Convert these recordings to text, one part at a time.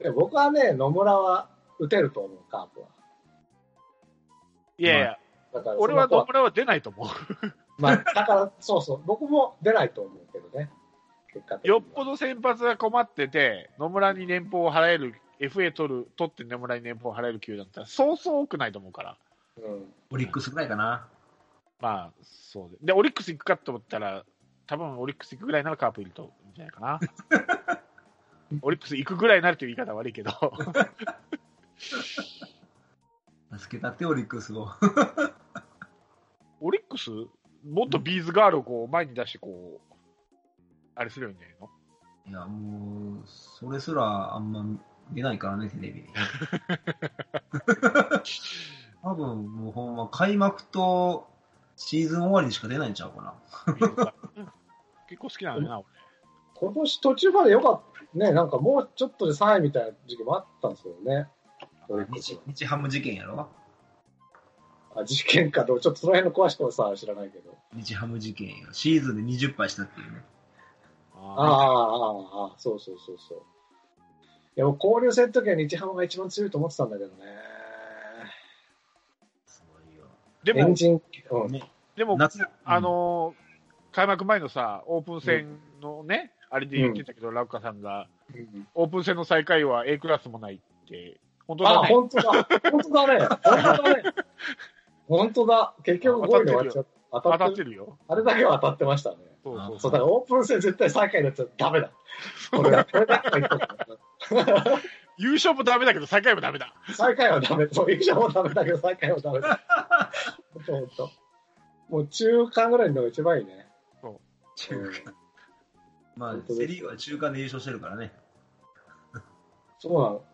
で僕はね、野村は打てると思う、カープは。いやいや、だから俺はそんな野こ村は出ないと思う。 とはまあ、だから、そうそう、僕も出ないと思うけどね、結果的にはよっぽど先発が困ってて、野村に年俸を払える、FA 取る、取って野村に年俸を払える球団だったら、そうそう多くないと思うから。うん、オリックスぐらいかな。まあ、そうで。で、オリックス行くかと思ったら、多分オリックス行くぐらいならカープいるといいんじゃないか な。オリックス行くぐらいになるという言い方は悪い けど、助けたってオリックスを。オリックス、もっとビーズガールをこう前に出して、こう、あれするようにないのいや、もう、それすらあんま見ないからね、テレビに。多分、もうほんま、開幕とシーズン終わりにしか出ないんちゃうかな。ビーズガー ルうん結構好きなのよな、俺。今年途中までよかった、ね、なんかもうちょっとで3位みたいな時期もあったんですよね、オリックス日日ハム事件やろは。あ事件かどうちょっとその辺の詳しくはさ、知らないけど。日ハム事件や。シーズンで20敗したっていうね。ああ、ああ、ああ、そうそうそうそう。でも交流戦の時は日ハムが一番強いと思ってたんだけどね。すごいよ。でエンも、ジン、うん、でも、夏、うんあ、のー開幕前のさ、オープン戦のね、あれで言ってたけど、ラウカさんが、うんオープン戦の最下位は A クラスもないって、本当あだあ、ね。本当だ。本当だね。本当だね。本当だ。結局5位で終わっちゃった。当当たたっっててる。るよ。あれだけは当たってましたね。そうそうそそうう、だからオープン戦絶対最下位になっちゃダメだ。これだ、これだけは言っとく優勝もダメだけど、最下位もダメだ。最下位はダメ。そう、優勝もダメだけど、最下位はダメだ。本当本当。もう中間ぐらいのが一番いいね。うんまあ本、当ですセ・リーグは中間で優勝してるからね。そうなの。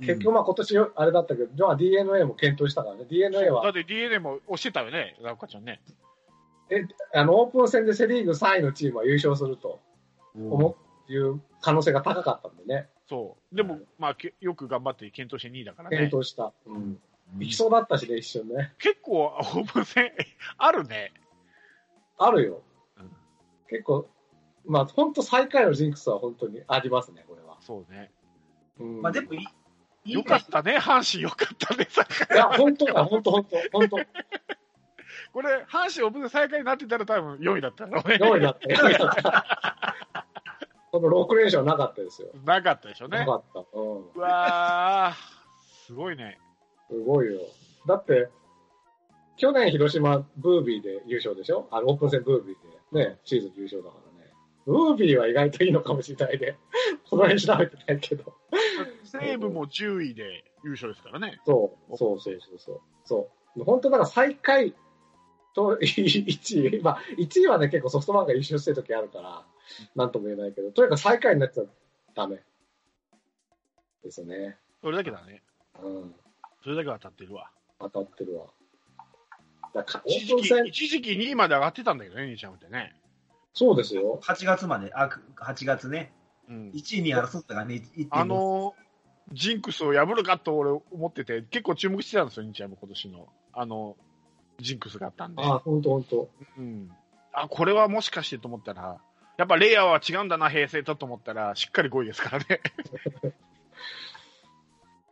結局、まあ今年よあれだったけど、まあ、DNA も検討したからね、DNA だはって DNA も押してたよね、ラウカちゃんね。あのオープン戦でセ・リーグ3位のチームは優勝するとうん、思ういう可能性が高かったんでね、そう。でも、まあ、けよく頑張って検討して2位だからね検。討した、うん、うんいきそうだったしね、一瞬ね、結構、オープン戦、 あるね。あるようん、結構、まあ本当、最下位のジンクスは本当にありますね、これは。そうね。うんまあ、でもい、いよかったね、阪神よかったね、 最下位いや、本当だ、本当、本当、本当、これ、阪神オープン戦最下位になってたら多分4位だったのね。 4位だった、4位だった。 この6連勝なかったですよ。 なかったでしょうなね。かった。うんうわー、すごいね。すごいよ。だって、去年広島ブービーで優勝でしょあの、オープン戦ブービーで。ね、シーズン優勝だからね。ブービーは意外といいのかもしれないね。 その辺調べてないけど。西武も10位で優勝ですからね。そう、そうそうそうそう。そう。本当だから最下位と1位。まあ、1位は ね、結構ソフトバンクが優勝してる時あるから、なんとも言えないけど、とにかく最下位になっちゃダメ。ですね。それだけだね。うん。それだけは当たってるわ。当たってるわ。だから、オ一時ープン期、戦、一時期2位まで上がってたんだけどね、兄ちゃんってね。そうですよ。 8月まで、あ、8月ね。うん。 1位に争ったからね、1.5あのー、ジンクスを破るかと俺思ってて、結構注目してたんですよ、兄ちゃんも今年の。あの、ジンクスがあったんで。ああ、本当本当。うん。あ、これはもしかしてと思ったら、やっぱレイヤーは違うんだな、平成とと思ったら、しっかり5位ですからね。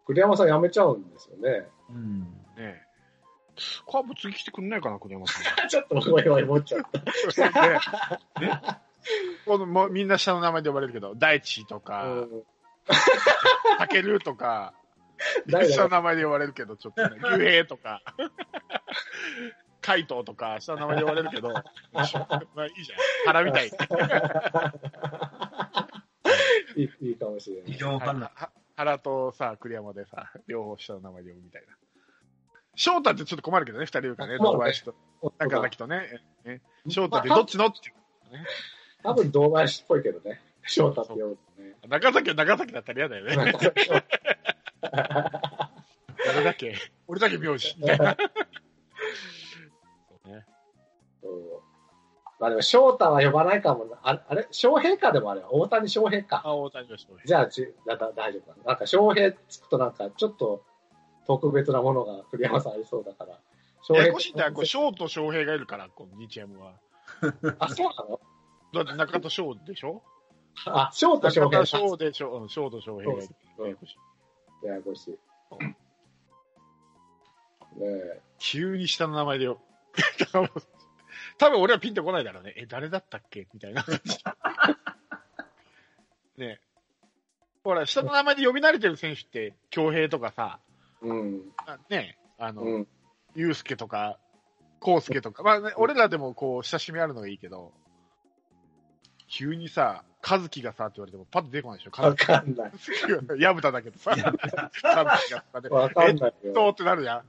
栗山さん辞めちゃうんですよね。うん。ねえカープ次来てくんないかな、栗山さん。ちょっと僕は今思っちゃった。ねこのもうみんな下の名前で呼ばれるけど、大地とか、たけるとか、誰だ下の名前で呼ばれるけど、ちょっとね、竜兵とか、海藤とか、下の名前で呼ばれるけど、まあいいじゃん、腹みたい。いいいいかもしれな非い。常に分かんない。は原とさ、栗山でさ、両方下の名前で呼ぶみたいな。翔太ってちょっと困るけどね、二人いるからね、まあ堂林と中崎とね。ね翔太ってどっちのって多分堂林っぽいけどね。翔太って呼ぶとね。中崎は中崎だったら嫌だよね。なんか俺だけ、俺だけ名 字みたいな。そうね。そうまあでも翔太は呼ばないかもな。ああれ翔平かでもあれは大谷翔平か。あ、大谷の人ね。じゃあちだだ大丈夫かな。なんか翔平つくとなんかちょっと特別なものが栗山さんありそうだから。翔や平やこしいんだよ、こう、翔と翔平がいるから、この日 m は。あ、そうなのだって中田翔でしょあ、ショート翔中平田さん。翔でしょ、うん、ショート翔平がいるそうですややこしい。ねえ。急に下の名前でよ。 多分俺はピンとこないだろうね。え、誰だったっけみたいな 感じ。ねえほら、下の名前で呼び慣れてる選手って、恭平とかさ、うん。あねえあの、うん。祐介とか、康介とか、まあね、俺らでもこう、親しみあるのがいいけど、急にさ、和樹がさって言われても、パッと出てこないでしょ、わ和樹かんない。が。矢蓋だけどさ、和樹がさ、で、 わかんないよ。そうってなるじゃん。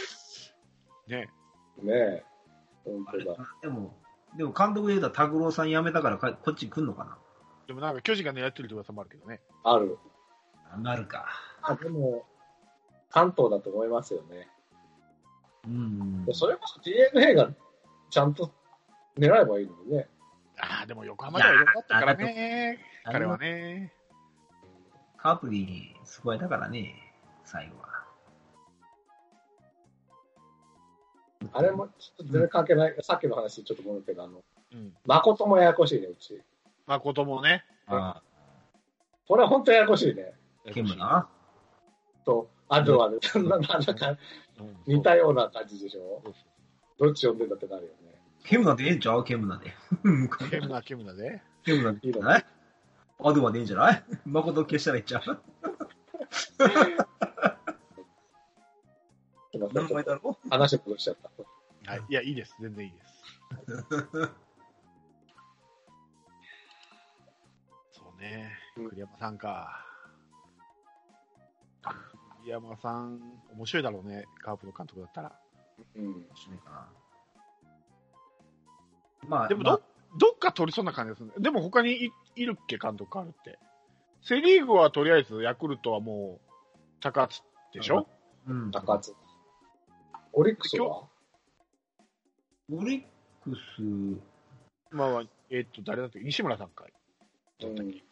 ねねえ。本あ当れだ。でも、でも監督で言うたら拓郎さん辞めたからかこっちに来んのかでもなんか巨人が狙ってるって噂もあるけどね。ある。ななるか。あ、でも、関東だと思いますよね。うん。それこそ DNA がちゃんと狙えばいいのにね。ああ、でも横浜では良かったからね。あ彼れははね。カープに救われたからね、最後は。あれも、ちょっと全然関係ない。さっきの話にちょっと戻るけど、あの、うん。誠もややこしいね、うち。まあ子供ね。あこれは本当ややこしいね。あ、ケムな。と、あとはね、 ななんかうん似たような感じでしょそうそどっち呼んでんだってなるよね。ケムナでええんちゃうケムナで。うケムナ、ケムナで。ケムナでいいんじゃないアドバでいいんじゃない誠消したらいいんちゃうすいませ名んちょ前っとだろ話戻しちゃった。はい。いや、いいです。全然いいです。 そうね。栗山さんか。栗山さん、面白いだろうね。カープの監督だったら。うん。しないかな。まあ、でもまあど、どっか取りそうな感じですね。でも他にいいるっけ、監督変わるって。セ・リーグはとりあえずヤクルトはもう高津でしょうん、高津。オリックスはオリックス、まあまあ、えっと、誰だっけ西村さんかい。だったっけ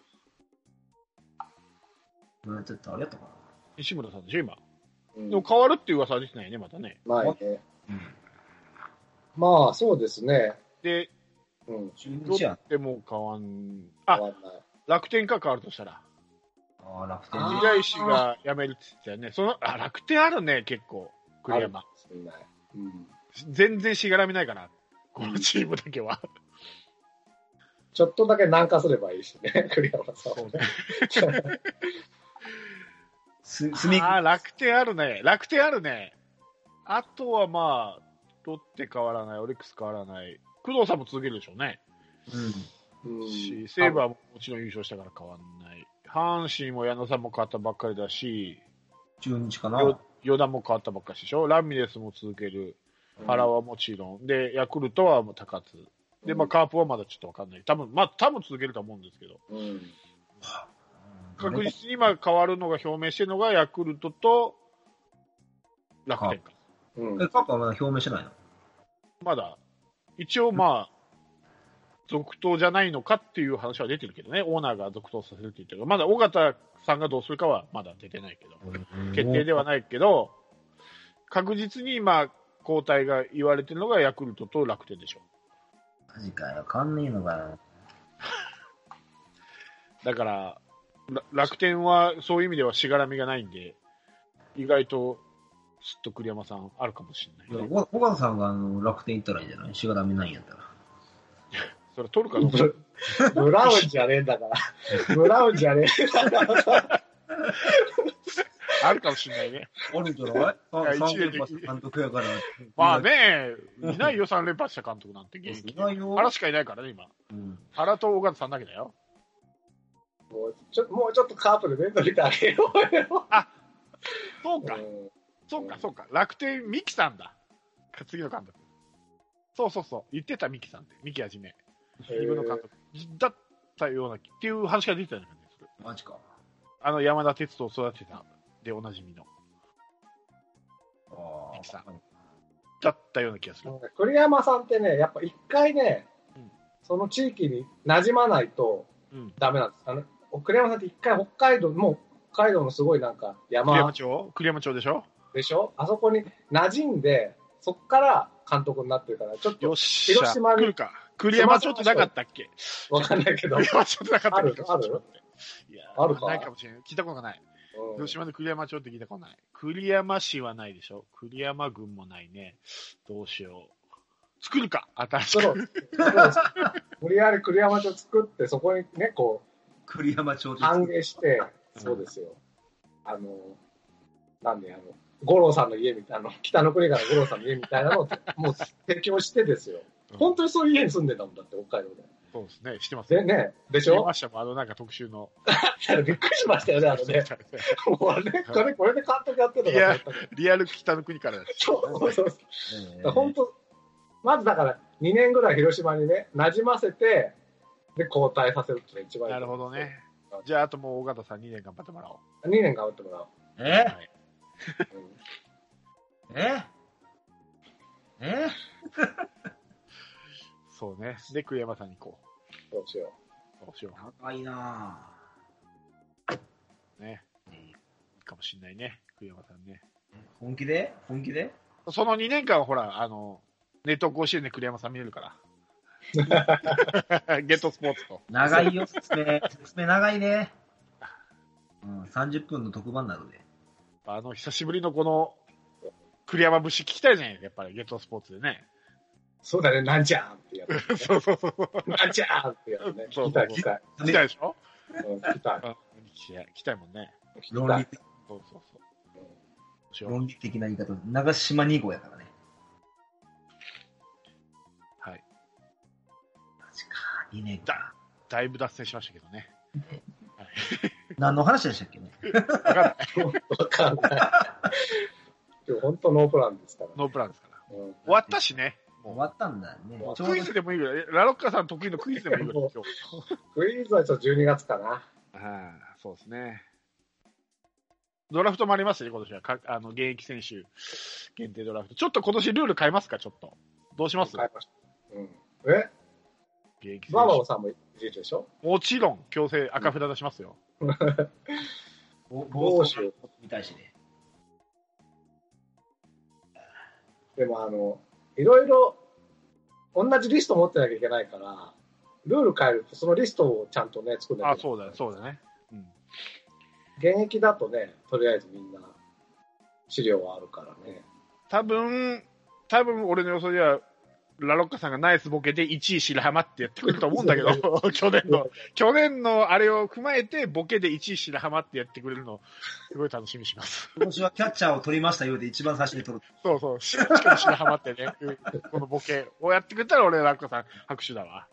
うんなんて言ったらあれやったか西村さんでしょ、今。うんでも変わるっていう噂は出てないね、またね。ないね。な。まあ、そうですね。で、うん。うん。ロ12試合ッ。テも変わん。変あ、わんない。楽天か変わるとしたら。ああ、楽天あー未来氏が辞めるって言ってたよね。その、あ、楽天あるね、結構。栗山。あるかもしれない。うん。全然しがらみないかな。このチームだけは。ちょっとだけ南下すればいいしね、 栗山さんはそうねね。す、すみ、あー楽天あるね、楽天あるね。あとはまあ、ロッテ変わらない、オリックス変わらない、工藤さんも続けるでしょうね。うん。うんし、セーバーももちろん優勝したから変わらない。阪神も矢野さんも変わったばっかりだし、中日かな。よ与田も変わったばっかりでしょ。ラミレスも続ける。原はもちろん。で、ヤクルトはもう高津。で、まあ、カープはまだちょっとわかんない。多分、まあ、多分続けると思うんですけど。うん。確実に今変わるのが表明してるのが、ヤクルトと楽天か。うん。え、カップはまだ表明してないのまだ、一応まあ、続投じゃないのかっていう話は出てるけどね、オーナーが続投させるって言ってるけどまだ尾形さんがどうするかはまだ出てないけど、決定ではないけど、確実に今、交代が言われてるのがヤクルトと楽天でしょ。マジかよ、わかんねえのかよ。だから、ら楽天はそういう意味ではしがらみがないんで、意外と、すっと栗山さんあるかもしれないね、小川さんがあの楽天行ったらいいんじゃないしがらみないんやったら。それ取るかどうか。 ブブラウンじゃねえんだから。 ブラウンじゃねえんだから。あるかもしれないね。あるんじゃないいや三一年連で覇した監督やから。まあ。ね、いないよ、3連覇した監督なんて、現役い。ないよ。原しかいないからね、今。うん。原と尾形さんだけだよ。もうちょもうちょっとカープで面倒見てあげようよ。そうか、うんそうか、そうか。楽天、三木さんだ。次の監督。そうそうそう。言ってた三木さんって。三木はじめ。自分の監督。だったような、っていう話が出てたんだよね。それマジか。あの、山田哲人を育てた、でおなじみの。ああ。さだったような気がする。栗山さんってね、やっぱ一回ねうん、その地域に馴染まないとうん。ダメなんです。あの栗山さんって一回北海道、もう北海道のすごいなんか栗山山町栗山町でしょでしょあそこに馴染んで、そっから監督になってるから、ちょっとよっしゃ。広島に来るか。栗山町ってなかったっけわかんないけど。栗山町ってなかったっけあるあるいやあるかないかもしれない。聞いたことがない。うん広島の栗山町って聞いたことない。栗山市はないでしょ栗山郡もないね。どうしよう。作るか新しそうく。そう無理やり栗山町作って、そこにね、こ栗山町う、です。歓迎して、そうですよ。あの、なんで、あの、五郎さんの家みたいな、あの北の国から五郎さんの家みたいなの を、もう提供してですよ。当本当にそういう家に住んでたもんだって、北海道そうですね。してますで。ね。でね、でししてょましたもんあのなんか特集の。びっくりしましたよね、 あのね。もうあれ、これ、これで監督やってたのかと思っ たリアル北の国からです。 そうそうそう。だええから本当、まずだから2年ぐらい広島にね、馴染ませて、で、交代させるっていうのが一番いい。なるほどね。じゃあ、あともう尾形さん2年頑張ってもらおう。 2年頑張ってもらおう。えはいうんええそうね。で、栗山さんに行こどうしよう。どうしよう高いなね。ぁうんかもしんないね。栗山さんね。本気で本気でその2年間はほら、あの、ネット甲子園で栗山さん見れるから。 ゲットスポーツと。長いよ、説明。説明長いね。うん、30分の特番なので。あの、久しぶりのこの、栗山節聞きたいじゃないやっぱりゲットスポーツでね。う。そうだね、なんちゃーんってやつ、そうそうそう。なんちゃーんってやつね。そう来たい、来たい。聞きたいでしょうん来た聞い。きたい聞きたいもんね。来論た理い。そうそうそう。どうんうしよう論理的な言い方。長島2号やからね。はい。マジか、2年か。だいぶ脱線しましたけどね。何の話でしたっけね。わかんない。わかんない。今日本当ノープランですから。ノープランですから。う終んわったしね。終わったんだね。もうちょうクイズでもいいぐらい。ラロッカさん得意のクイズでもいいぐらい。今日クイズはちょっと12月かな。ああ、そうですね。ドラフトもありますね、今年は。かあの現役選手限定ドラフト。ちょっと今年ルール変えますか、ちょっと。どうします買いました。うん。え現役選バーバ手オさんもいるでしょもちろん、強制赤札出しますよ。ぼ帽子をみたいし ね。でもあの、いろいろ、同じリスト持ってなきゃいけないから、ルール変えると、そのリストをちゃんとね、作んなきゃあいけなそいうだね、そうだね。うん。現役だとね、とりあえずみんな、資料はあるからね。多分、多分俺の予想では、ラロッカさんがナイスボケで1位白浜ってやってくると思うんだけ ど、去年の、去年のあれを踏まえて、ボケで1位白浜ってやってくれるの、すごい楽しみにします。今年はキャッチャーを取りましたようで一番最初に取る。そうそう、ししかも白浜ってね、 うんこのボケをやってくれたら俺、ラッカさん、拍手だわ。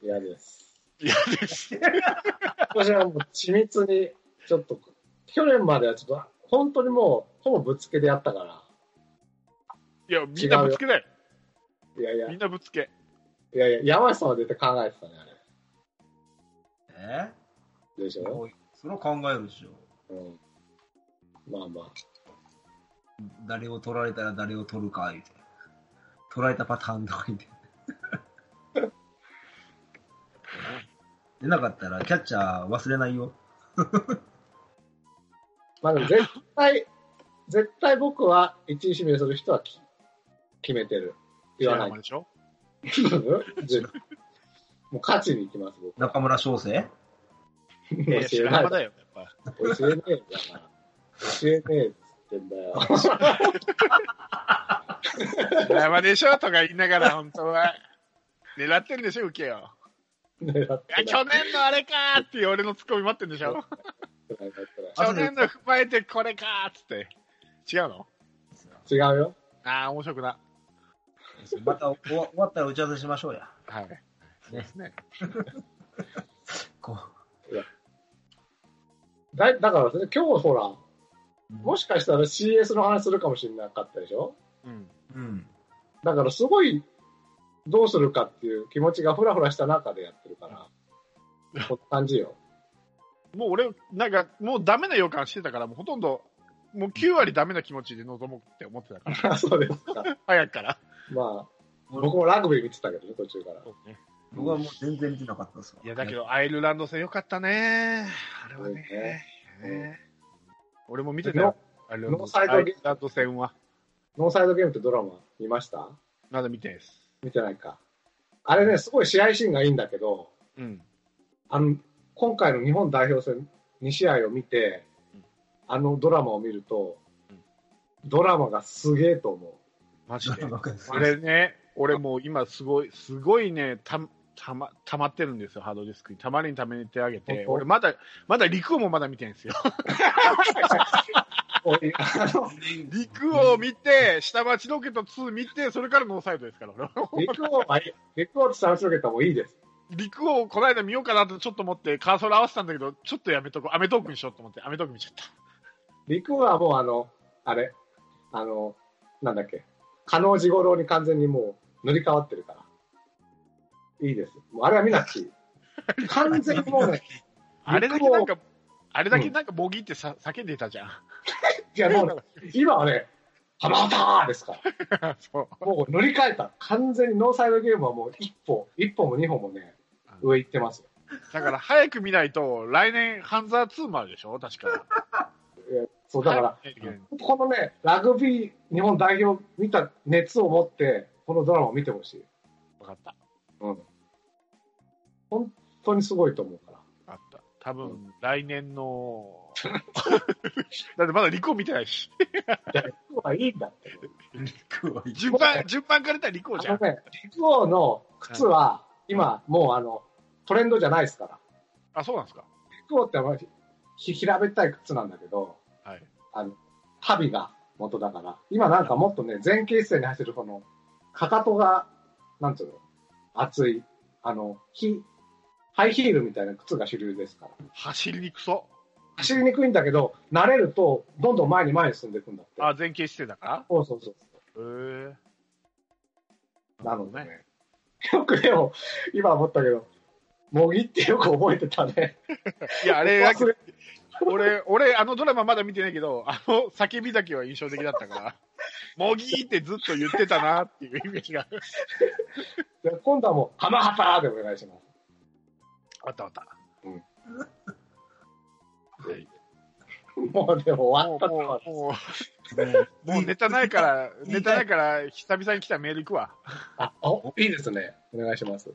嫌です。いやです。今年はもう緻密に、ちょっと、去年まではちょっと、本当にもう、ほぼぶっつけでやったから、いや、みんなぶつけだよ。いやいや、みんいなぶつけ。やいや、山下さんは絶対考えてたね、あえれ。でしょ、それは考えるでしょ。うん、まあまあ、誰を取られたら誰を取るか、言うて。取られたパターンとか言って。 出なかったらキャッチャー忘れないよ。まあでも絶対、 絶対僕は1位指名する人はき決めてる。言わ白ない浜。でしょ 絶対もう勝ちに行きます、僕。中村翔成いやいや教え白ない浜。だよ、やっぱ。教えねえんだから。教えねえっつってんだよ。邪魔でしょとか言いながら、本当は。狙ってんでしょ、受けよ。狙っ い や、てない去年のあれかーっていう俺のツッコミ待ってんでしょ。狙ってない去年の踏まえてこれかーっつって。違うの違うよ。ああ、面白くな。またお終わ終わったら打ち合わせしましょうや。はい。そうですね。こだだから、ね、今日ほら、うもしかしたら CS の話するかもしれなかったでしょうん。うん。だからすごい、どうするかっていう気持ちがふらふらした中でやってるから、こんな感じよ。 もう俺、なんか、もうダメな予感してたから、もうほとんど、もう9割ダメな気持ちで臨もうって思ってたから、あそうですか。早くから。まあ、僕もラグビー見てたけどね、途中から。僕はもう全然見てなかったですわ。いや、だけど、アイルランド戦よかったね。あれはね。そうねね俺も見てたよ。アイルランドノーサイアドゲームイルランド戦は。ノーサイドゲームってドラマ見ましたまだ見てないです。見てないか。あれね、すごい試合シーンがいいんだけど、うん。あの、今回の日本代表戦2試合を見てうん、あのドラマを見るとうん、ドラマがすげえと思う。マジ で。ああれね、俺もう今すごい、すごいね、た、たま、溜まってるんですよ、ハードディスクに。たまりに溜めてあげて本。当俺まだ、まだ陸王もまだ見てないん ですよ。こ ういうあの陸王を見て、下町ロケット2見て、それからノーサイドですから、俺は陸王は、陸王と三振を受けたらもういいです。陸王をこの間見ようかなとちょっと思って、カーソル合わせたんだけど、ちょっとやめとこう。アメトークにしようと思って、アメトーク見ちゃった。陸王はもうあの、あれ、あの、なんだっけ、加納治五郎に完全にもう塗り替わってるから。いいです。もうあれは見なくてい い。完全にもうね、あれだけなんか、あれだけなんかボギーってさ、叫んでたじゃん。いやもう、今はね、浜畑ですから。 そう。もう乗り換えた。完全にノーサイドゲームはもう一歩、一歩も二歩もね、上行ってますよ。だから早く見ないと、来年、ハンザー2もあるでしょ確か。そう、だから、早く見ないといけないこのね、ラグビー日本代表見た熱を持って、このドラマを見てほしい。わかった。うん。本当にすごいと思うから。あった。多分、来年の、 だってまだ陸王見てないし。陸王はいいんだって。陸は一順番、順番から言ったら陸王じゃあんの。ね、陸王の靴は、今、もうあの、トレンドじゃないですから。あ、そうなんですか。陸王ってあのひひ平べったい靴なんだけど、はい。あの、ハビが元だから、今なんかもっとね、前傾姿勢に走るこの、かかとが、なんつうの、厚い、あの、ひ、ハイヒールみたいな靴が主流ですから。走りにくそ。走りにくいんだけど、慣れると、どんどん前に前に進んでいくんだって。あ、前傾姿勢だからそうそうそへう。ーなのでね。よくでも、今思ったけど、模擬ってよく覚えてたね。いや、あれ、忘れ俺、俺、あのドラマまだ見てないけど、あの叫びだけは印象的だった から、もぎーってずっと言ってたなっていうイメージが。じゃあ今度はもう、浜畑でお願いします。あったあった。もうでも終わもっう、たともはう、も番。う、もうネタない から、言いたネタいないから、久々に来たメール行くわ。あ、お、いいですね。お願いします。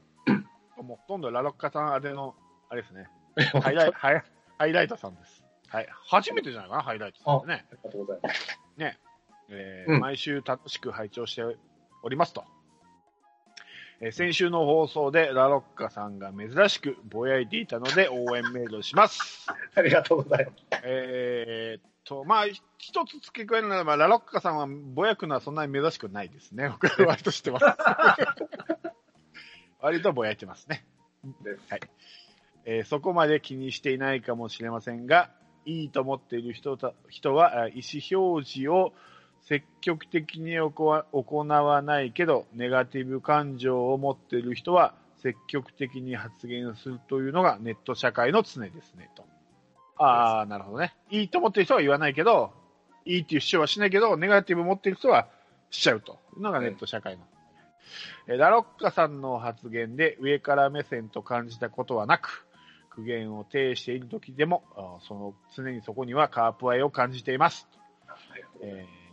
もうほとんどラロッカさんあれの、あれです ね。ハイライハイハイライトさんです。はい。初めてじゃないかな、ハイライトさんってね。ありがとうございます。えーうん毎週楽しく拝聴しておりますと。えー先週の放送でラロッカさんが珍しくぼやいていたので応援メールをします。ありがとうございます。えーっと、まあ、一つ付け加えるならば、ラロッカさんはぼやくのはそんなに珍しくないですね。 僕は割 と知ってます。割とぼやいてますね。ですはいえーそこまで気にしていないかもしれませんが、いいと思っている人た人は、あ意思表示を積極的に行わ行わないけど、ネガティブ感情を持っている人は、積極的に発言するというのがネット社会の常ですね、と。ああ、なるほどね。いいと思ってる人は言わないけど、いいっていう主張はしないけど、ネガティブ持ってる人はしちゃうというのがネット社会の。えーラロッカさんの発言で上から目線と感じたことはなく、苦言を呈している時でも、あーその常にそこにはカープ愛を感じています。えー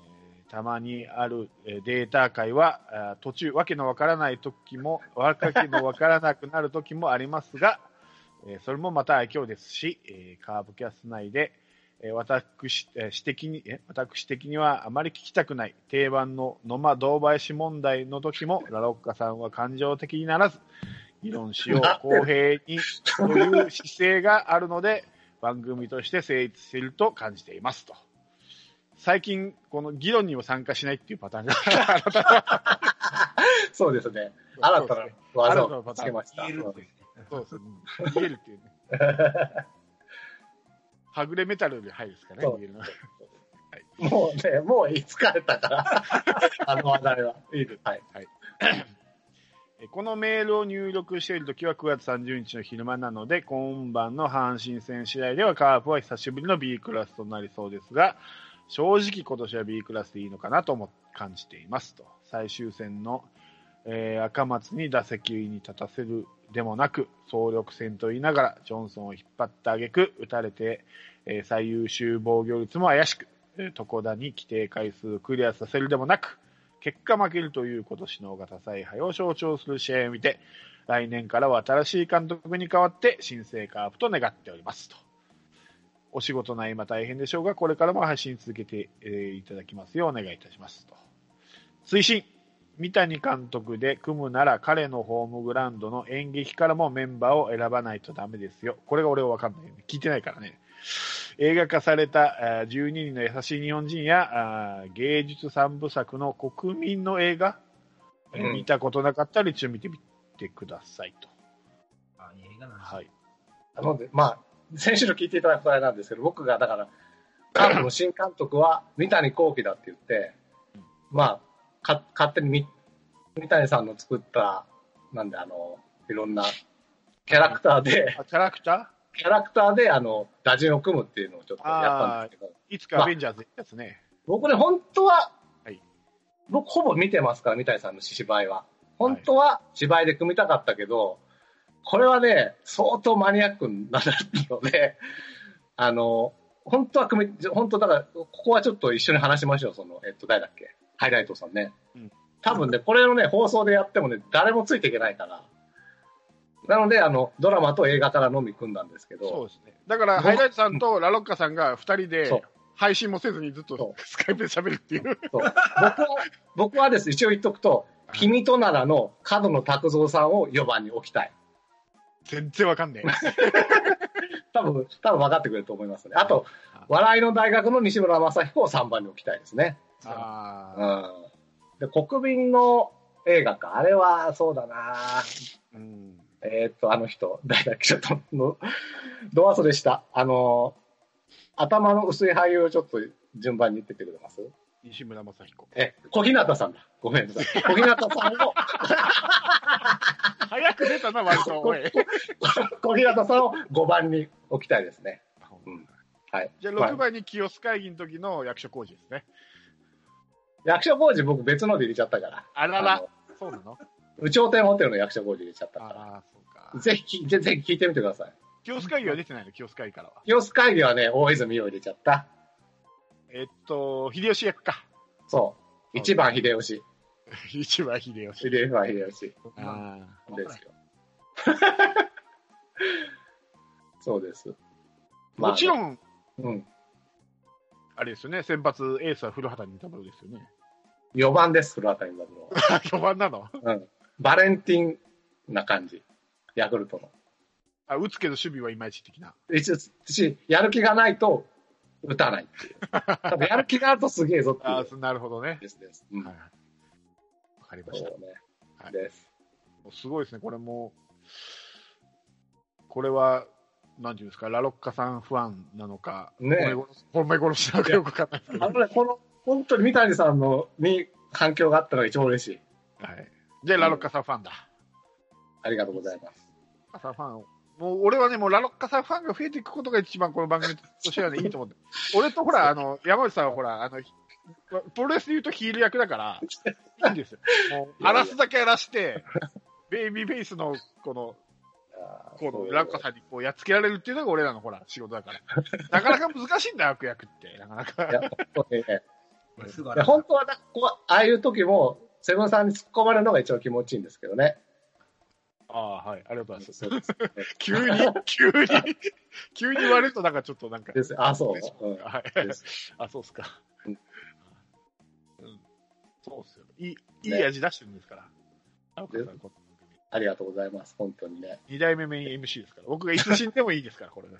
たまにあるえーデータ会は、あー途中、わけのわからない時も、わけのわからなくなる時もありますが、えーそれもまた愛嬌ですし、えーカーブキャス内で、えー私、えー私的に、え私的にはあまり聞きたくない定番の野間堂林問題の時も、ラロッカさんは感情的にならず、議論しよう、公平にという姿勢があるので、番組として成立していると感じていますと。最近、この議論にも参加しないっていうパターンがそうですね。新たな技をつけました。言えるってういうんそうですね。見えるっていうね。 はぐれメタルより早いですかね、そう見えるのはもうね、もう言い疲れたから、 あの話題は。いいです。はい。えこのメールを入力しているときは9月30日の昼間なので、今晩の阪神戦次第ではカープは久しぶりの B クラスとなりそうですが、正直今年は B クラスでいいのかなとも感じていますと。最終戦の、えー赤松に打席に立たせるでもなく、総力戦と言いながら、ジョンソンを引っ張った挙句、打たれて、えー最優秀防御率も怪しく、えー床田に規定回数クリアさせるでもなく、結果負けるという今年の大型采配を象徴する試合を見て、来年からは新しい監督に代わって新生カープと願っておりますと。お仕事の合間大変でしょうが、これからも配信続けて、えーいただきますようお願いいたしますと。推進三谷監督で組むなら彼のホームグラウンドの演劇からもメンバーを選ばないとダメですよ。これが俺はわかんないよね。聞いてないからね。映画化されたあー12人の優しい日本人やあー芸術三部作の国民の映画、えーうん見たことなかったら一応見てみてくださいと。あ、いい映画なんですはい。なんで、まあ、先週の聞いていただいた答えなんですけど、僕がだから、カープの新監督は三谷幸喜だって言って、まあ、か勝手にみ三谷さんの作った、なんで、あの、いろんなキャラクターで、あキャラクタキャラクターで、あの、打順を組むっていうのをちょっとやったんですけど、ーいつかアベンジャーズ行ったやつね。僕ね、本当は、はい僕ほぼ見てますから、三谷さんの芝居は。本当は芝居で組みたかったけど、これはね、相当マニアックになるので、あの、本当は組み、本当だから、ここはちょっと一緒に話しましょう、その、えっと、誰だっけハイライトさんね。うん多分ね、これをね、放送でやってもね、誰もついていけないから。なので、あの、ドラマと映画からのみ組んだんですけど、そうですね。だから、僕ハイライトさんとラロッカさんが2人そうで配信もせずにずっそとスカイプで喋るっていう。僕は、僕はです、一応言っとくと、はい君とならの角野拓造さんを4番に置きたい。全然わかんねえ。多分、多分分かってくれると思いますね。あと、笑いの大学の西村正彦を3番に置きたいですね。あうん。で、国民の映画か。あれは、そうだなーうん。えーっと、あの人、誰だっけ、ちょっと、のど忘れした。あの、頭の薄い俳優をちょっと順番に言ってってくれます西村正彦。え、小日向さんだ。ごめんな さい。小日向さんを、早く出たな、割と。おい小日向さんを5番に置きたいですね。うんはい。じゃあ、まあ6番に清須会議の時の役所工事ですね。役所工事僕別ので入れちゃったから。あらあらの。そうなの有頂天ホテルの役所工事入れちゃったか。。ああ、そうからぜひ、ぜぜひ聞いてみてください。清須会議は出てないの、清須会議からは。清須会議はね、大泉洋入れちゃった。えっと、秀吉役か。 そう。一番秀吉。一番秀吉。秀吉は秀吉でよ。まあああ。すよ。そうです。まあもちろん、うん。あれですよね、先発エースは古畑任三郎ですよね。 4番です、古畑任三郎。序盤なのバレンティンな感じ。ヤクルトの。あ打つけど守備はいまいち的な。一応し、やる気がないと打たないっていう。 多分やる気があるとすげえぞっていああうそ。なるほどね。ですです。うんはい。わかりまそしうた。ねは。いです。すごいですね、これも。これは、なんていうんですか、ラロッカさん不安なのか、ねえ褒め殺褒め殺しなのかよくわかんないですけど。 あはのね、この、本当に三谷さんの、に反響があったのが一番嬉しい。い。じゃあ、ラロッカさんファンだ。ありがとうございます。ラロッカさんファンをもう俺はね、もうラロッカさんファンが増えていくことが一番この番組としてはね、いいと思 って。俺とほら、あの、山内さんはほら、あの、ひプロレスで言うとヒール役だから、いいんです よ。もう、いやいや荒らすだけ荒らして、ベイビーフェイスの、この、このラッカさんにこうやっつけられるっていうのが俺らのほら仕事だから。なかなか難しいんだよ、悪役って。なかなか。いや、本当にねすぐいや洗う本当はだこう、ああいう時も、セブンさんに突っ込まれるのが一番気持ちいいんですけどね。ああ、はい。ありがとうございます。そうです。急に、急に、急に言われるとなんかちょっとなんか。ですあ、そう。うんはいです。あ、そうっすか。ううんん。そうっすよ。いい、いねい味出してるんですから。なおかつでありがとうございます。本当にね。二代目メイン MC ですから。僕がいつ死んでもいいですから、これね。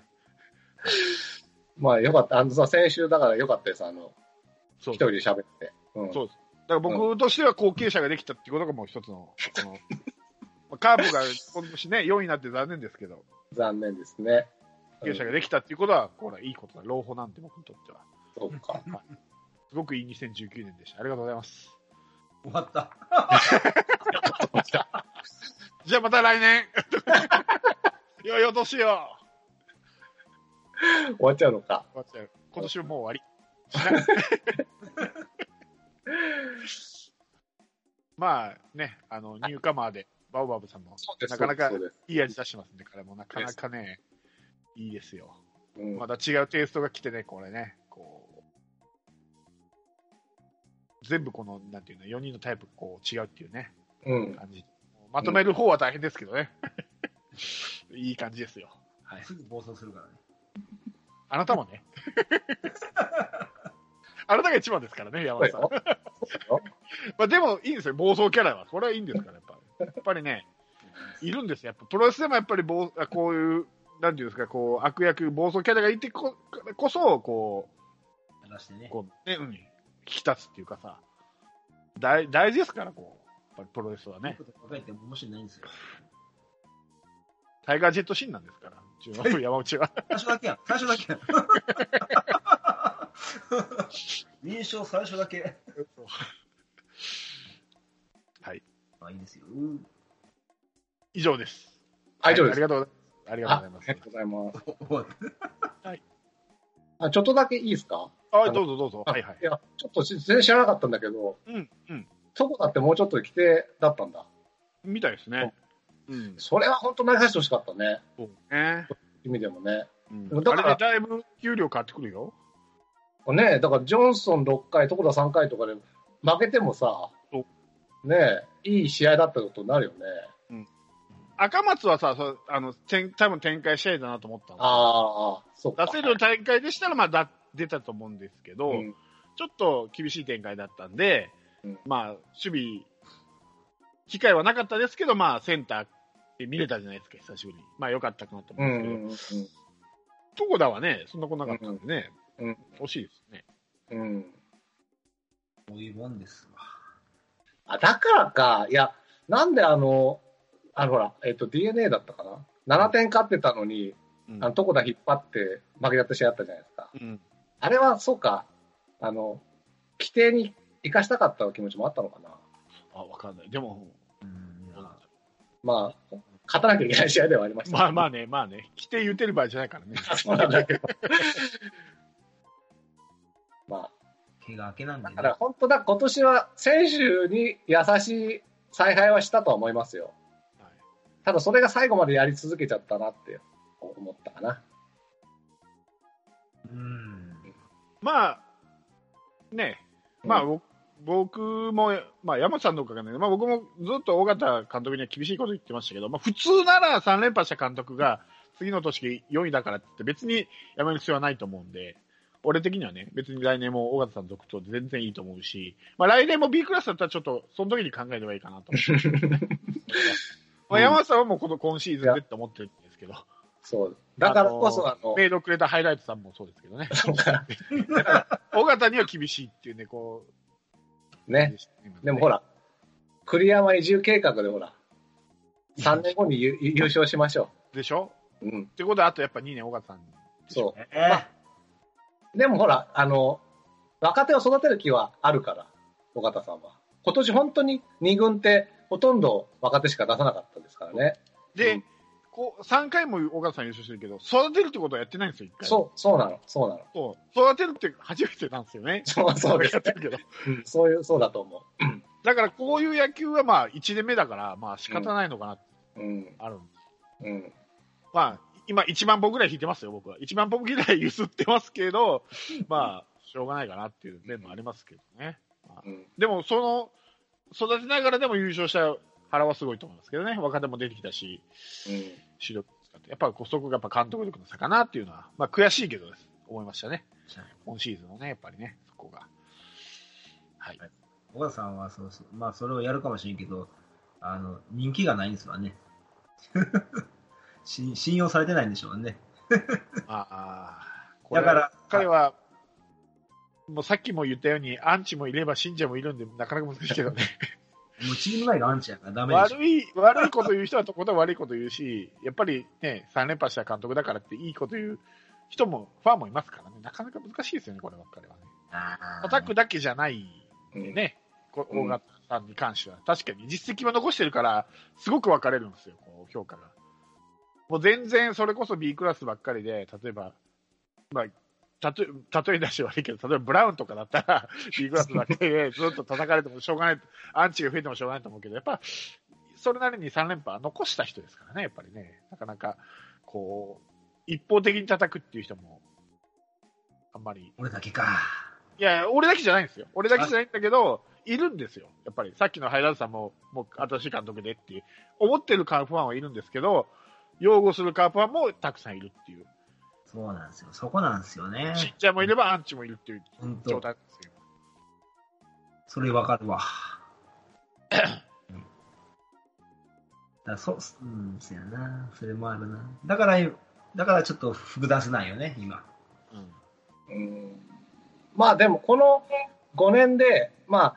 まあ、よかった。あのさ、先週だからよかったです。あの、そう一人で喋って。うん。そうです。だから僕としては後継者ができたってことがもう一つの、この、まあカーブが今年ね、4位になって残念ですけど、残念ですね。後継者ができたっていうことは、これはいいことだ。朗報なんて僕にとっては。うんそうか。すごくいい2019年でした。ありがとうございます。終わった。じゃあまた来年 よいお年を終わっちゃうのか。終わっちゃう今年ももう終わり。しないまあね、あの、ニューカマーで、バオバブさんもそうですなかなかそうですいい味出してますんで、彼もなかなかね、いいですよ。うんまた違うテイストが来てね、これね、こう、全部この、なんていうの、4人のタイプこう違うっていうね、うん。感じ。まとめる方は大変ですけどね。いい感じですよ。はい。すぐ暴走するからね。あなたもね。あなたが一番ですからね、山そう田さん。よ。そうよまあでもいいんですよ、暴走キャラは。これはいいんですから、やっぱ。やっぱりね、いるんですよ。やっぱプロレスでもやっぱり暴あこういう、なんていうんですか、こう、悪役、暴走キャラがいてここそ、こやらしてう、ね。こうね、うん、引き立つっていうかさ、大大事ですから、こう、やっぱりプロレスはねい。いこと考えても面白いないんですよ。タイガージェットシーンなんですから、うちの山内は。最初だけやん。最初だけやん。認証最初だけ。はい。まあいいですよ。うん以上です。はい以上であすりがとうございます。ありがとうござあいりがとうございます。終わったあちょっとだけいいですかます。あ、どうぞどうぞ。あはいはいい。や、ちょっとし全然知らなかったんだけど、うん、うん。そこだってもうちょっと規定だったんだ。みたいですね。うん。それは本当流してほしかったね。そうね。意味でもね。うん、だだかかららだいぶ給料変わってくるよ。ねえ、だからジョンソン6回、所田3回とかで負けてもさそ、ねえ、いい試合だったことになるよね。赤松はさ、そうあのてん多分展開試合だなと思ったの。ああ、そうか。出せる展開でしたら、まあだ出たと思うんですけど、うんちょっと厳しい展開だったんで、うんまあ、守備、機会はなかったですけど、まあ、センターで見れたじゃないですか、久しぶりに。まあ、良かったかなと思ううんんですけうど、んトコダはね、そんなことなかったんでね、うんうん惜しいですね。うんうん。こういうもんですわ。あ、だからか。いや、なんであの、あのほら、えっと DNA だったかな。7点勝ってたのに、うんあの、床田引っ張って負けちゃった試合あったじゃないですか。うんあれは、そうか、あの、規定に生かしたかった気持ちもあったのかな。あ、わかんない。でも、うん、いやまあ、勝たなきゃいけない試合ではありましたけど。まあまあね、まあね、来て言ってる場合じゃない からね。あ、そうなんだけど。ま毛が明けなんであ、ねだから本当だ、今年は選手に優しい采配はしたとは思いますよ。はいただ、それが最後までやり続けちゃったなって思ったかな。うん。まあ、ね、まあ、僕僕も、まあ、山さんのおかげでね、まあ、僕もずっと尾形監督には厳しいこと言ってましたけど、まあ、普通なら3連覇した監督が次の年4位だからって言って別に辞める必要はないと思うんで、俺的にはね、別に来年も尾形さん続投で全然いいと思うし、まあ、来年も B クラスだったらちょっとその時に考えればいいかなと思うまあ、山さんはもうこの今シーズンでって思ってるんですけど、そう。だからこそ、あの、メイドくれたハイライトさんもそうですけどね。そうか 尾形には厳しいっていうね、こう、ね。でもほら、ら、栗山移住計画でほら、3年後に優 優勝しましょでしょう。うん、ってことは、あとやっぱ2年、尾形さん。そえーう。でもほら、あの、若手を育てる気はあるから、尾形さんは。今年本当に2軍ってほとんど若手しか出さなかったですからね。で、うんこう3回も尾形さん優勝してるけど、育てるってことはやってないんですよ、1回。そう、そうなの、そうなの。 そう育てるって初めてなんですよね。そう、そうですやってるけど。うんそういう、そうだと思だから、こういう野球はまあ、1年目だから、まあ、仕方ないのかなってう。うん、ある、うん。まあ、今、1万本ぐらい引いてますよ、僕は。1万本ぐらい揺すってますけど、まあ、しょうがないかなっていう面もありますけどね。うん、でも、その、育てながらでも優勝した原はすごいと思いますけどね。若手も出てきたし。うん主力使って、やっぱりそこがやっぱ監督力の差かなっていうのは、まあ、悔しいけどです、思いましたね、今シーズンのね、やっぱりね、そこが。はい、小川さんはそうそう、まあ、それをやるかもしれんけど、あの、人気がないんですわ ね。信信用されてないんでしょうね。ああ、これだはから、彼は、もうさっきも言ったように、アンチもいれば信者もいるんで、なかなか難しいけどね、もうチーム内がアンチやからダメでしょ。悪い、悪いこと言う人はとことん悪いこと言うし、やっぱりね、3連覇した監督だからって、いいこと言う人も、ファンもいますからね、なかなか難しいですよね、こればっかりはね。叩くだけじゃないうんね、こ大型さんに関しては、確かに実績も残してるから、すごく分かれるんですよ、こう評価が。もう全然それこそ B クラスばっかりで、例えば、まあ、たと例え出し悪いけど、例えばブラウンとかだったら、B クラスばっかりでずっと叩かれてもしょうがない、アンチが増えてもしょうがないと思うけど、やっぱ、それなりに3連覇残した人ですからね、やっぱりね、なかなか、こう、一方的に叩くっていう人も、あんまり俺だけか。いや、俺だけじゃないんですよ。俺だけじゃないんだけど、いるんですよ。やっぱり、さっきのハイランドさんも、もう新しい監督でっていう、思ってるカープファンはいるんですけど、擁護するカープファンもたくさんいるっていう。そうなんですよ。そこなんですよね。信者もいればアンチもいるっていう本状当態なんですよ。それわ かるわ。だそう、うん、そうやな。それもあるな。だから、だからちょっと複雑なんよね、今。うんうんまあでもこの5年で、まあ、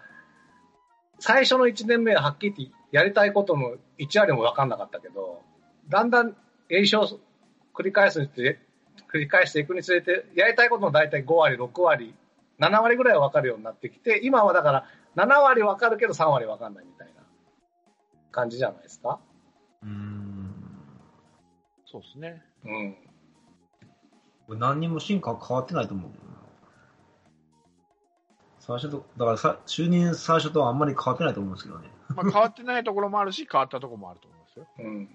最初の1年目ははっきり言ってやりたいことも1割も分かんなかったけど、だんだん栄勝を繰り返すにつれ繰り返していくにつれて、やりたいことも大体5割、6割、7割ぐらいは分かるようになってきて、今はだから7割分かるけど3割分かんないみたいな感じじゃないですか。うーん。そうですね。うん。俺何にも進化は変わってないと思うけどな。最初と、だからさ、就任最初とはあんまり変わってないと思うんですけどね。まあ、変わってないところもあるし、変わったところもあると思うんですよ。うん。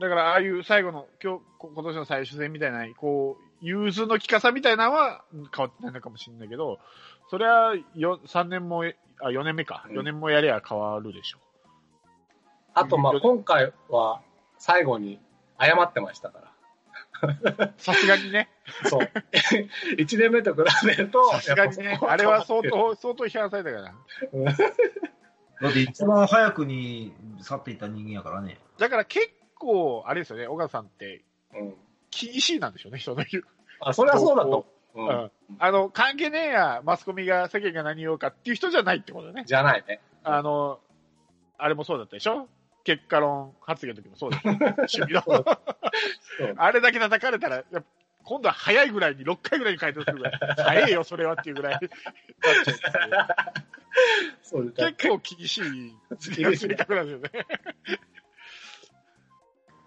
だから、ああいう最後の、今日、こ今年の最終戦みたいな、こう、融通の利かさみたいなのはうん変わってないのかもしれないけど、それはよ3年も、あ、4年目か。うん4年もやりゃ変わるでしょあとまあ今回は最後に謝ってましたから。う。さすがにね。そう。1年目と比べると、さすがにね。あれは相当、相当批判されたから。だって一番早くに去っていった人間やからね。だから結構、あれですよね、小川さんって、当。うん。厳しいなんでしょうね、人の言う。あ、それはそうだと。う。うんん。あの、関係ねえや、マスコミが、世間が何言おうかっていう人じゃないってことね。じゃないね。あの、あれもそうだったでしょ結果論発言の時もそうだった。 趣味のそうそうあれだけ叩かれたら、やっぱ今度は早いぐらいに、6回ぐらいに回答するぐらい、早いよ、それはっていうぐ らい、そうだ結構厳しい厳しい性格なんですよね。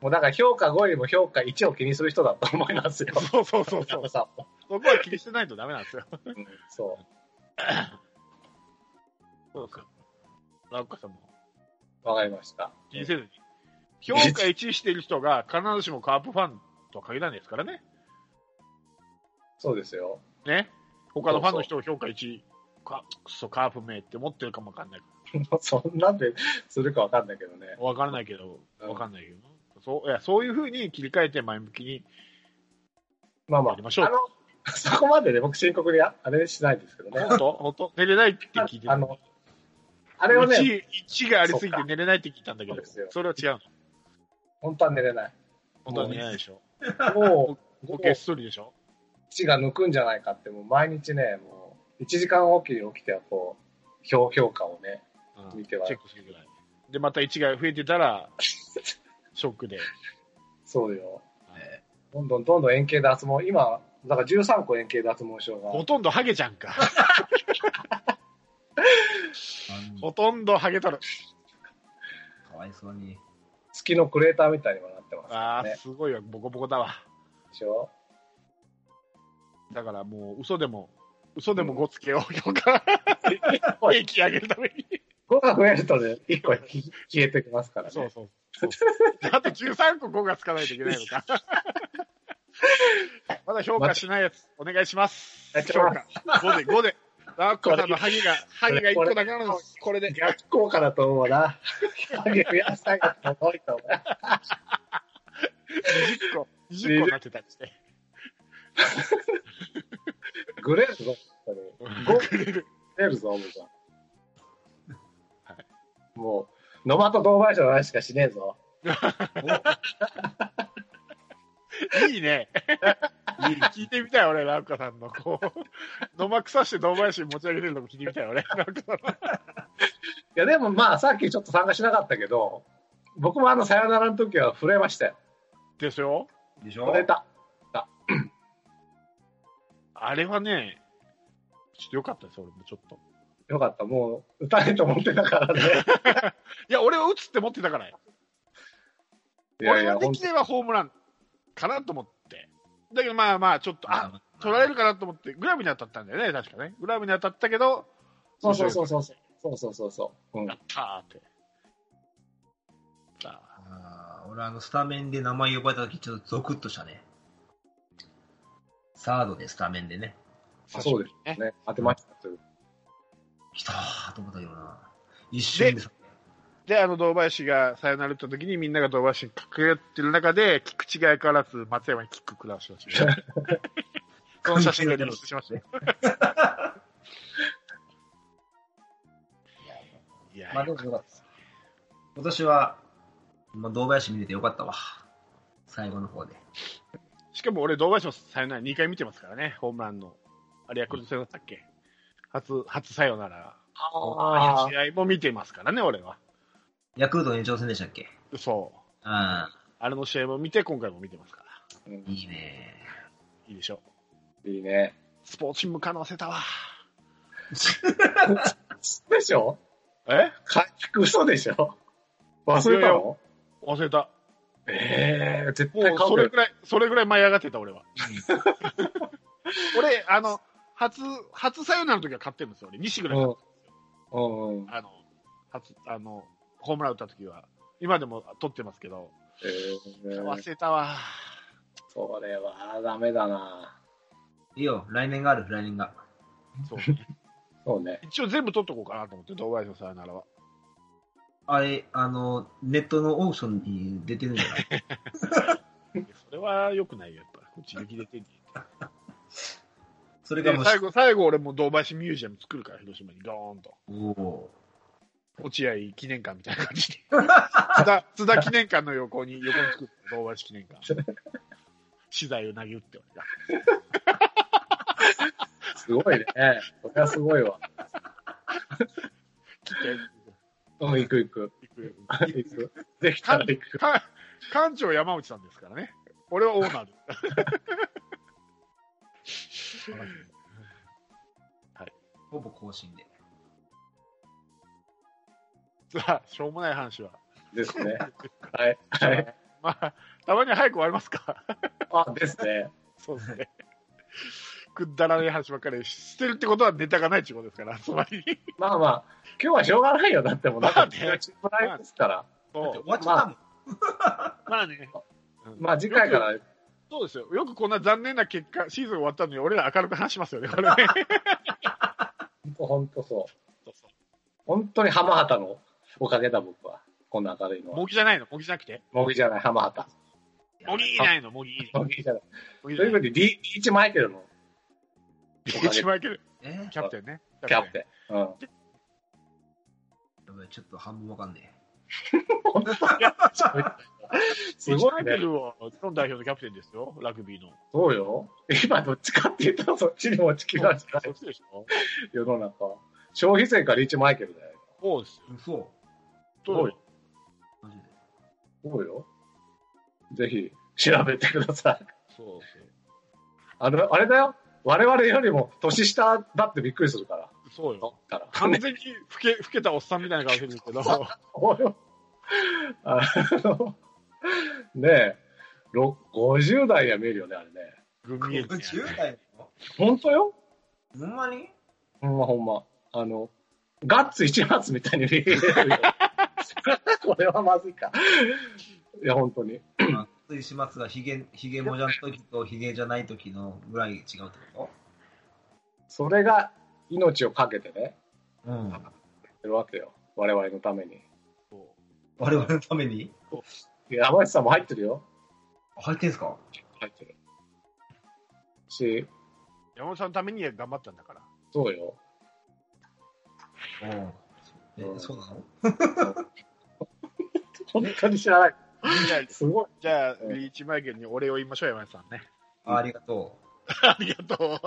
もうだから評価5よりも評価1を気にする人だと思いますよ。そうそうそうそう。さそこは気にしてないとダメなんですよ。うんそう。そうそう。ラウカさんもわかりました。気にせずに。評価1位している人が必ずしもカープファンとは限らないですからね。そうですよ。 ね。他のファンの人を評価1位、かくそ、カープ名って持ってるかもわかんない。そんなんでするかわかんないけどね。わからないけど、うんわかんないけど。そういやそういうふうに切り替えて前向きにまあまあ、やりましょうあの、そこまでね、僕深刻にああれしないですけどね。本当本当寝れないって聞いてあた。の、あれをね、 1がありすぎそてうか寝れないって聞いたんだけどそうですよ、それは違うの。本当は寝れない。本当は寝れないでしょ。もう、もうげっそりでしょ。血が抜くんじゃないかって、もう毎日ね、もう、1時間おきに起きては、こう、評評価をね、う見んてはチェックするぐらい。で、また1が増えてた ら、ショックで。そうよはい。どんどんどんどん円形脱毛、今、だから13個円形脱毛症ほが、とんどハゲちゃんか。あのほとんどハゲたら、かわいそうに。月のクレーターみたいにもなってますかあらねあ、。すごいわ、ボコボコだわ。でしょだからもう、嘘でも、嘘でも5つけよう、評価。 平気上げるために。 5が増えるとね、1個ひ消えてきますからね。そうそうそう。あと13個5がつかないといけないの か。まだ評価しないやつ、お願いします。お願いし評ま価。5で、5で。ラッコさんのハゲが、ハゲが1個だけなのです。これで。逆効果だと思うな。ハゲ増やしたいがすごいと思う。 20個、20個になってたりして。グレーぞ、本当に。5くれる。出るぞ、僕は。はもう、野間と同伴者の話しかしねえぞ。 いいね。聞いてみたい、俺、ラッコさんの。こう、野間腐して堂林持ち上げてるのも聞いてみたい、 俺。ラッコさんの。いや、でもまあ、さっきちょっと参加しなかったけど、僕もあの、さよならの時は震えましたよ。ですよ。でしょ震えた。あれはね、ちょっと良かったです、俺もちょっと。よかった、もう、歌えと思ってたからね。いや、俺は打つって持ってたからよ。いやい俺や、はで本きればホームランかなと思って。だけどまあまあ、ちょっと、あ、取られるかなと思って、グラブに当たったんだよね、確かね。グラブに当たったけど、当そうそうそうそう。そうそうそうそう。うんや。ったーって。さああー俺あのスタメンで名前呼ばれた時ちょっとゾクッとしたね。サードでスタメンでね。あそうですね。ね、当てましたという。来たーと思ったよな。一瞬でさ。で、あの、堂林がさよなら打った時にみんなが堂林に駆け寄ってる中で、菊池が相変わらず松山にキック食らわしましたね。この写真が流出しましたね。いや、まあでもよかったです。今年は、まあ、堂林見れてよかったわ。最後の方で。しかも俺、堂林のさよなら2回見てますからね、ホームランの。あれ、ヤクルト戦だったっけ初、初さよなら。あ試合も見てますからね、俺は。ヤクルトの延長戦でしたっけそう。ああれの試合も見て、今回も見てますから。あ、いいねいいでしょいいね。う。スポーツ新聞可能せたわ。でしょえ回復嘘でしょ忘れたの忘れた。ええ絶も対う買そうれよく。らい、それくらい舞い上がってた、俺は。俺、あの、初、初サヨナラの時は勝ってるんですよ、俺。西う村んが、うんうん。あの、初、あの、ホームラン打った時は。今でも取ってますけど、ええ忘れたわ。それはダメだな。いいよ、来年がある、来年が。そう。そうね。一応全部取っとこうかなと思って、堂林のサヨナラは。あれ、あの、ネットのオークションに出てるんじゃない それは良くないよ、やっぱ。こっち力出てんねそれがもでう、最後、最後俺も堂林ミュージアム作るから、広島にガーンと。お落合記念館みたいな感じで。津田、津田記念館の横に、横に作った、堂林記念館。資材を投げ打って俺が。すごいね。それはすごいわ。来てうん、行く行く。行く行く。できたら行く。か館長山内さんですからね。俺はオーナーです。ーはい。ほぼ更新で。さあ、しょうもない話は。ですね。はい。はい。まあ、たまには早く終わりますか。あ、ですね。そうですね。くだらない話ばっかりしてるってことはネタがないっていうことですから、つまり。まあまあ、今日はしょうがないよ。だってもう、だまあっねて、もらいですから。だそってう終わっちゃったもん。まあね。まあ次回から、そうですよ。よくこんな残念な結果、シーズン終わったのに、俺ら明るく話しますよね、これ ね。本当そう。本当に浜畑のおかげだ、僕は。こんな明るいのは。模擬じゃないの模擬じゃなくて。模擬じゃない、浜畑。模擬じゃないの模擬。模擬じゃない。模と擬いうことで、リリーチマイケルの一番いける。えキャプテンね。キャプテン。うん。やばいちょっと半分わかんねすごいマイねケ。ルは日本代表のキャプテンですよ、ラグビーの。そうよ。今どっちかって言ったらそっちに持ちきられてないそうそうでしょ世の中は。消費税かリーチマイケルだよ。そうですよ。え。嘘。そうよ。マジで。そうよ。ぜひ、調べてください。 そうあの、あれだよ。我々よりも年下だってびっくりするから。そう。そうよ。から。完全に老け老けたおっさんみたいな顔してるんですけど、およ。あの、ねえ、ろ50代には見えるよね、あれね。グミエルね10代の本当よほんまにほんまほんま。あの、ガッツ一発みたいに見えるよ。 これはまずいか。いや、本当に。まあ、つい始末がヒゲ、ヒゲもじゃの時とヒゲじゃない時のぐらい違うってこそれが命をかけてね、とうん。やってるわけよ。我々のために。我々のためにいや山内さんも入ってるよ。入ってんすか入ってる。し、山本さんのために頑張ったんだから。そうよ。うん。えう、んそうなの本当に知らない。じゃあ、すごい。じゃあリーチマイケルにお礼を言いましょう、山本さんね。あありがとありがとう。う。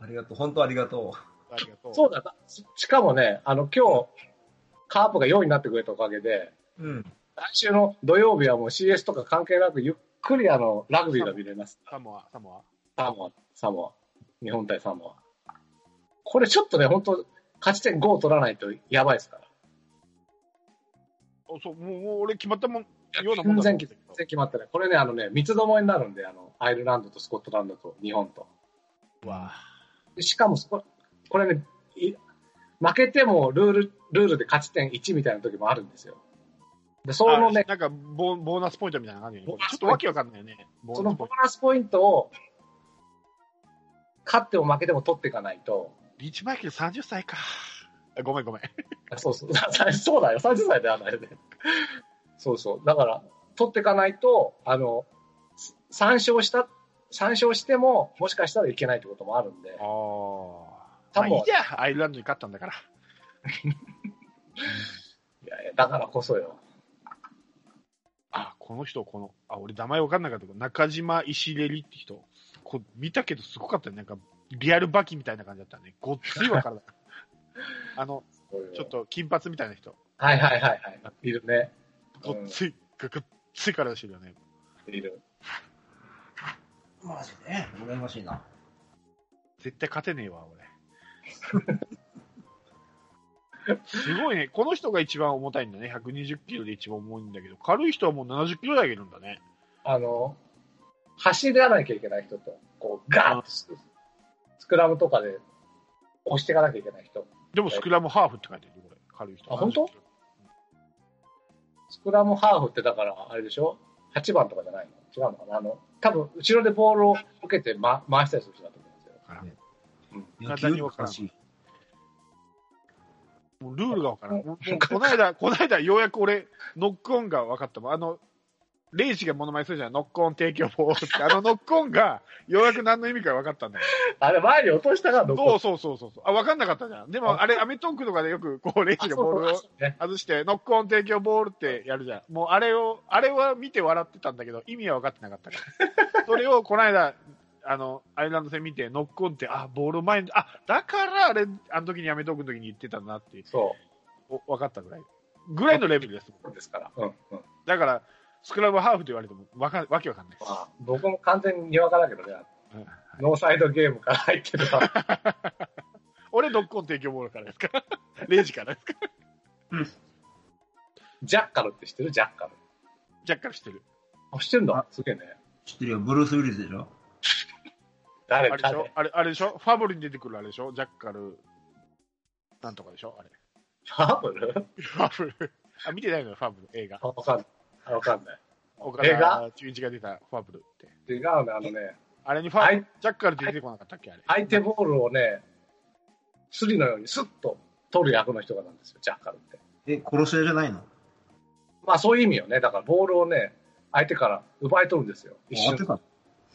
ありがとう。本当ありがとありがとう。 そうだな。ししかもね、あの、今日、カープが4位になってくれたおかげで、う。うん。来週の土曜日はもう CS とか関係なく、ゆっくりあの、ラグビーが見れます。サモア、サモサモア、サモア。日本対サモア。これちょっとね、本当勝ち点5を取らないとやばいですから。ア。おそうもうもう俺決まったもん、ようなもん全だと然思ってた決けどまってない。これね、あのね、三つどもえになるんで、あの、アイルランドとスコットランドと日本と。うわでしかもそこ、これね、い負けてもルール、ルールで勝ち点1みたいな時もあるんですよ。で、そのね、あなんかボ、ボーナスポイントみたいな感じ、ね、ちょボーナっスポとわイントけわかんないよね。ボそーナのスポボインーナスポイントを、勝っても負けても取っていかないと、ト。リーチマイケル30歳か。あごめんごめん。あそうそう、 そうだよ、30歳ではないよね。そうそう、だから、取っていかないと、あの、参勝した、参勝しても、もしかしたらいけないってこともあるんで、ああ。多まあ分いいじゃん、アイルランドに勝ったんだから。いやいやだからこそよ。あ、この人、この、あ、俺名前わかんなかったけど、中島石レリって人。こ見たけどすごかったね。なんか、リアルバキみたいな感じだったね。ごっついわから ない。あの、ちょっと金髪みたいな人。はいはいはいはい。いるね。ごっつい、がっつい体してるよね。いる。マジで羨ましいな。絶対勝てねえわ、俺。すごいね。この人が一番重たいんだね。120キロで一番重いんだけど、軽い人はもう70キロ台がいるんだね。あの、走らなきゃいけない人と、こう、ガーッとスクラムとかで押していかなきゃいけない人。でもスクラムハーフって書いてるよ、これ。軽い人。あ本当70キロスクラムハーフってだから、あれでしょ ?8 番とかじゃないの違うのかなあの、多分、後ろでボールを受けて、ま、回したりする人だと思うんですよ。野球にわからんしい。もうルールがわからん。もうもうこの間、この間、ようやく俺、ノックオンが分かったもん。あの、レイジがモノマネするじゃん。ノックオン提供法って。あのノックオンが、ようやく何の意味か分かったんだよ。あれ、前に落としたから、どそうこそうそうそう。あ、分かんなかったじゃん。でも、あれ、アメトークとかでよく、こう、レイあジそうがボールをそうね外して、ノックオン提供ボールってやるじゃん。もう、あれを、あれは見て笑ってたんだけど、意味は分かってなかったから。それを、この間、あの、アイルランド戦見て、ノックオンって、あ、ボール前に、あ、だから、あれ、あの時にアメトークの時に言ってたんだなっていう。そお分かったぐらい。ぐらいのレベルです。うですから。うんうん。まだから、スクラムハーフと言われてもわかわけわかんないです。あ、僕も完全ににわかだけどね、うんノーサイドゲームから入ってるから。俺、ノックオン提供ボールからです から。0時からですかジャッカルって知ってるジャッカル。ジャッカルしてる。あ、知ってるんだあ。すげえね。知ってるよ、ブルース・ウィリスでしょあ誰れでしょ誰あれあれでしょファブルに出てくるあれでしょジャッカル、なんとかでしょあれ。ハーブルファブル。あ、見てないのよ、ファブル、映画。あわかんないあ。わかんない。岡映画田純一が出たファブルって。違うね、あのね、あれにフはァいジャッカルって出てこなかったっけあれ。相手ボールをね、スリのようにスッと取る役の人がなんですよ、ジャッカルって。え、殺し屋じゃないのまあそういう意味よね。だからボールをね、相手から奪い取るんですよ。一終わって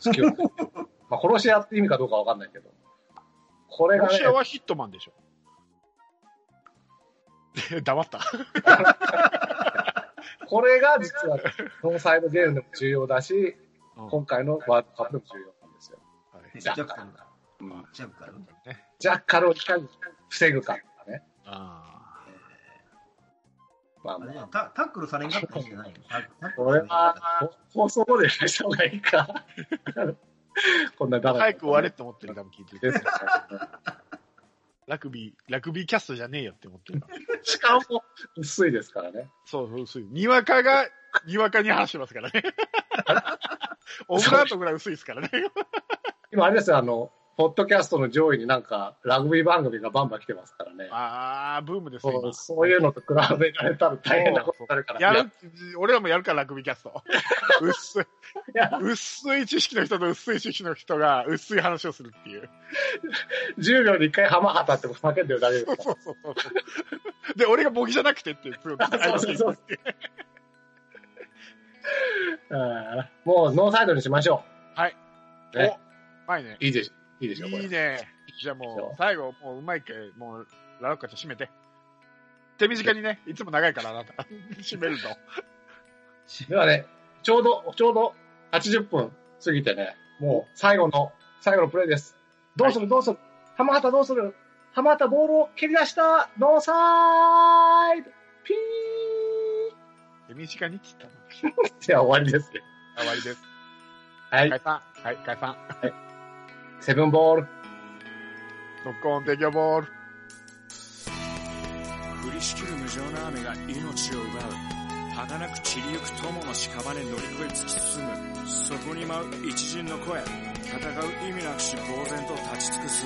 瞬たの隙を。まあ殺し屋って意味かどうかわかんないけど。これがロねシ、アはヒットマンでしょ。 黙った。これが実はノーサイドゲームでも重要だし、うん今回のワールドカップでも重要なんですよ。はいジえジャャッカルッカルだ。ジャッカルねジャッカルをいかに防ぐかとかね。あまああまれあじゃんタタックルされんかったらいいんじゃないのタタックこれルされんかったらは、放送後で出した方がいいか。こんなダあ。ラ早く終われって思ってる、多分聞いてる。ですよラグビー、ラグビーキャストじゃねえよって思ってるから。しかも、薄いですからね。そうそう、薄い。にわかが、にわかに話してます からね。オブラートぐらい薄いですからね。今、あれですよ、あの、ポッドキャストの上位になんか、ラグビー番組がバンバン来てますからね。あー、ブームですねそ。今うそういうのと比べられたら大変なことになるから。やいる、俺らもやるから、ラグビーキャス ト。薄い、や薄い知識の人と薄い知識の人が、薄い話をするっていう。 10秒に1回浜畑って叫んでるだけです そうかそうそうそう。で、俺がボキじゃなくてって、そうそうそう そうら。うんもうノーサイドにしましょお、ねうまいね。う。いいでしょ。いいでしょ、これ。いいね。じゃあもう、最後、もううまいけ、もう、ラロッカちゃん締めて。手短にね、いつも長いから、あなた。 締めると。ではね、ちょうど、ちょうど80分過ぎてね、もう最後の、最後のプレイです。どうするどうする浜畑どうする浜畑ボールを蹴り出したノーサイドピ手短にっつったの。ーで は終わりですね。終わりです。はい。解散。はい、解散。セブンボール。ノックオン提供ボール。降りしきる無情な雨が命を奪う儚く散りゆく友の屍に乗り越え突き進むそこに舞う一陣の声戦う意味なくし呆然と立ち尽くす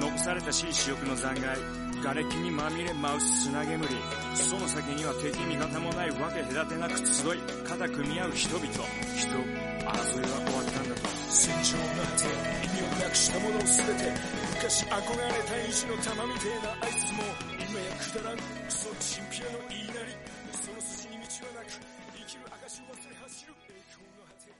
残されたしい死翼の残骸瓦礫にまみれ舞う砂煙その先には敵味方もないわけ隔てなく集い肩組み合う人々人争いは終わったんだと戦場の果て意味をなくしたものを全て昔憧れた意地の玉みてえなあいつも今やくだらんクソチンピラの言いなりその筋に道はなく生きる証を忘れ走る栄光の果て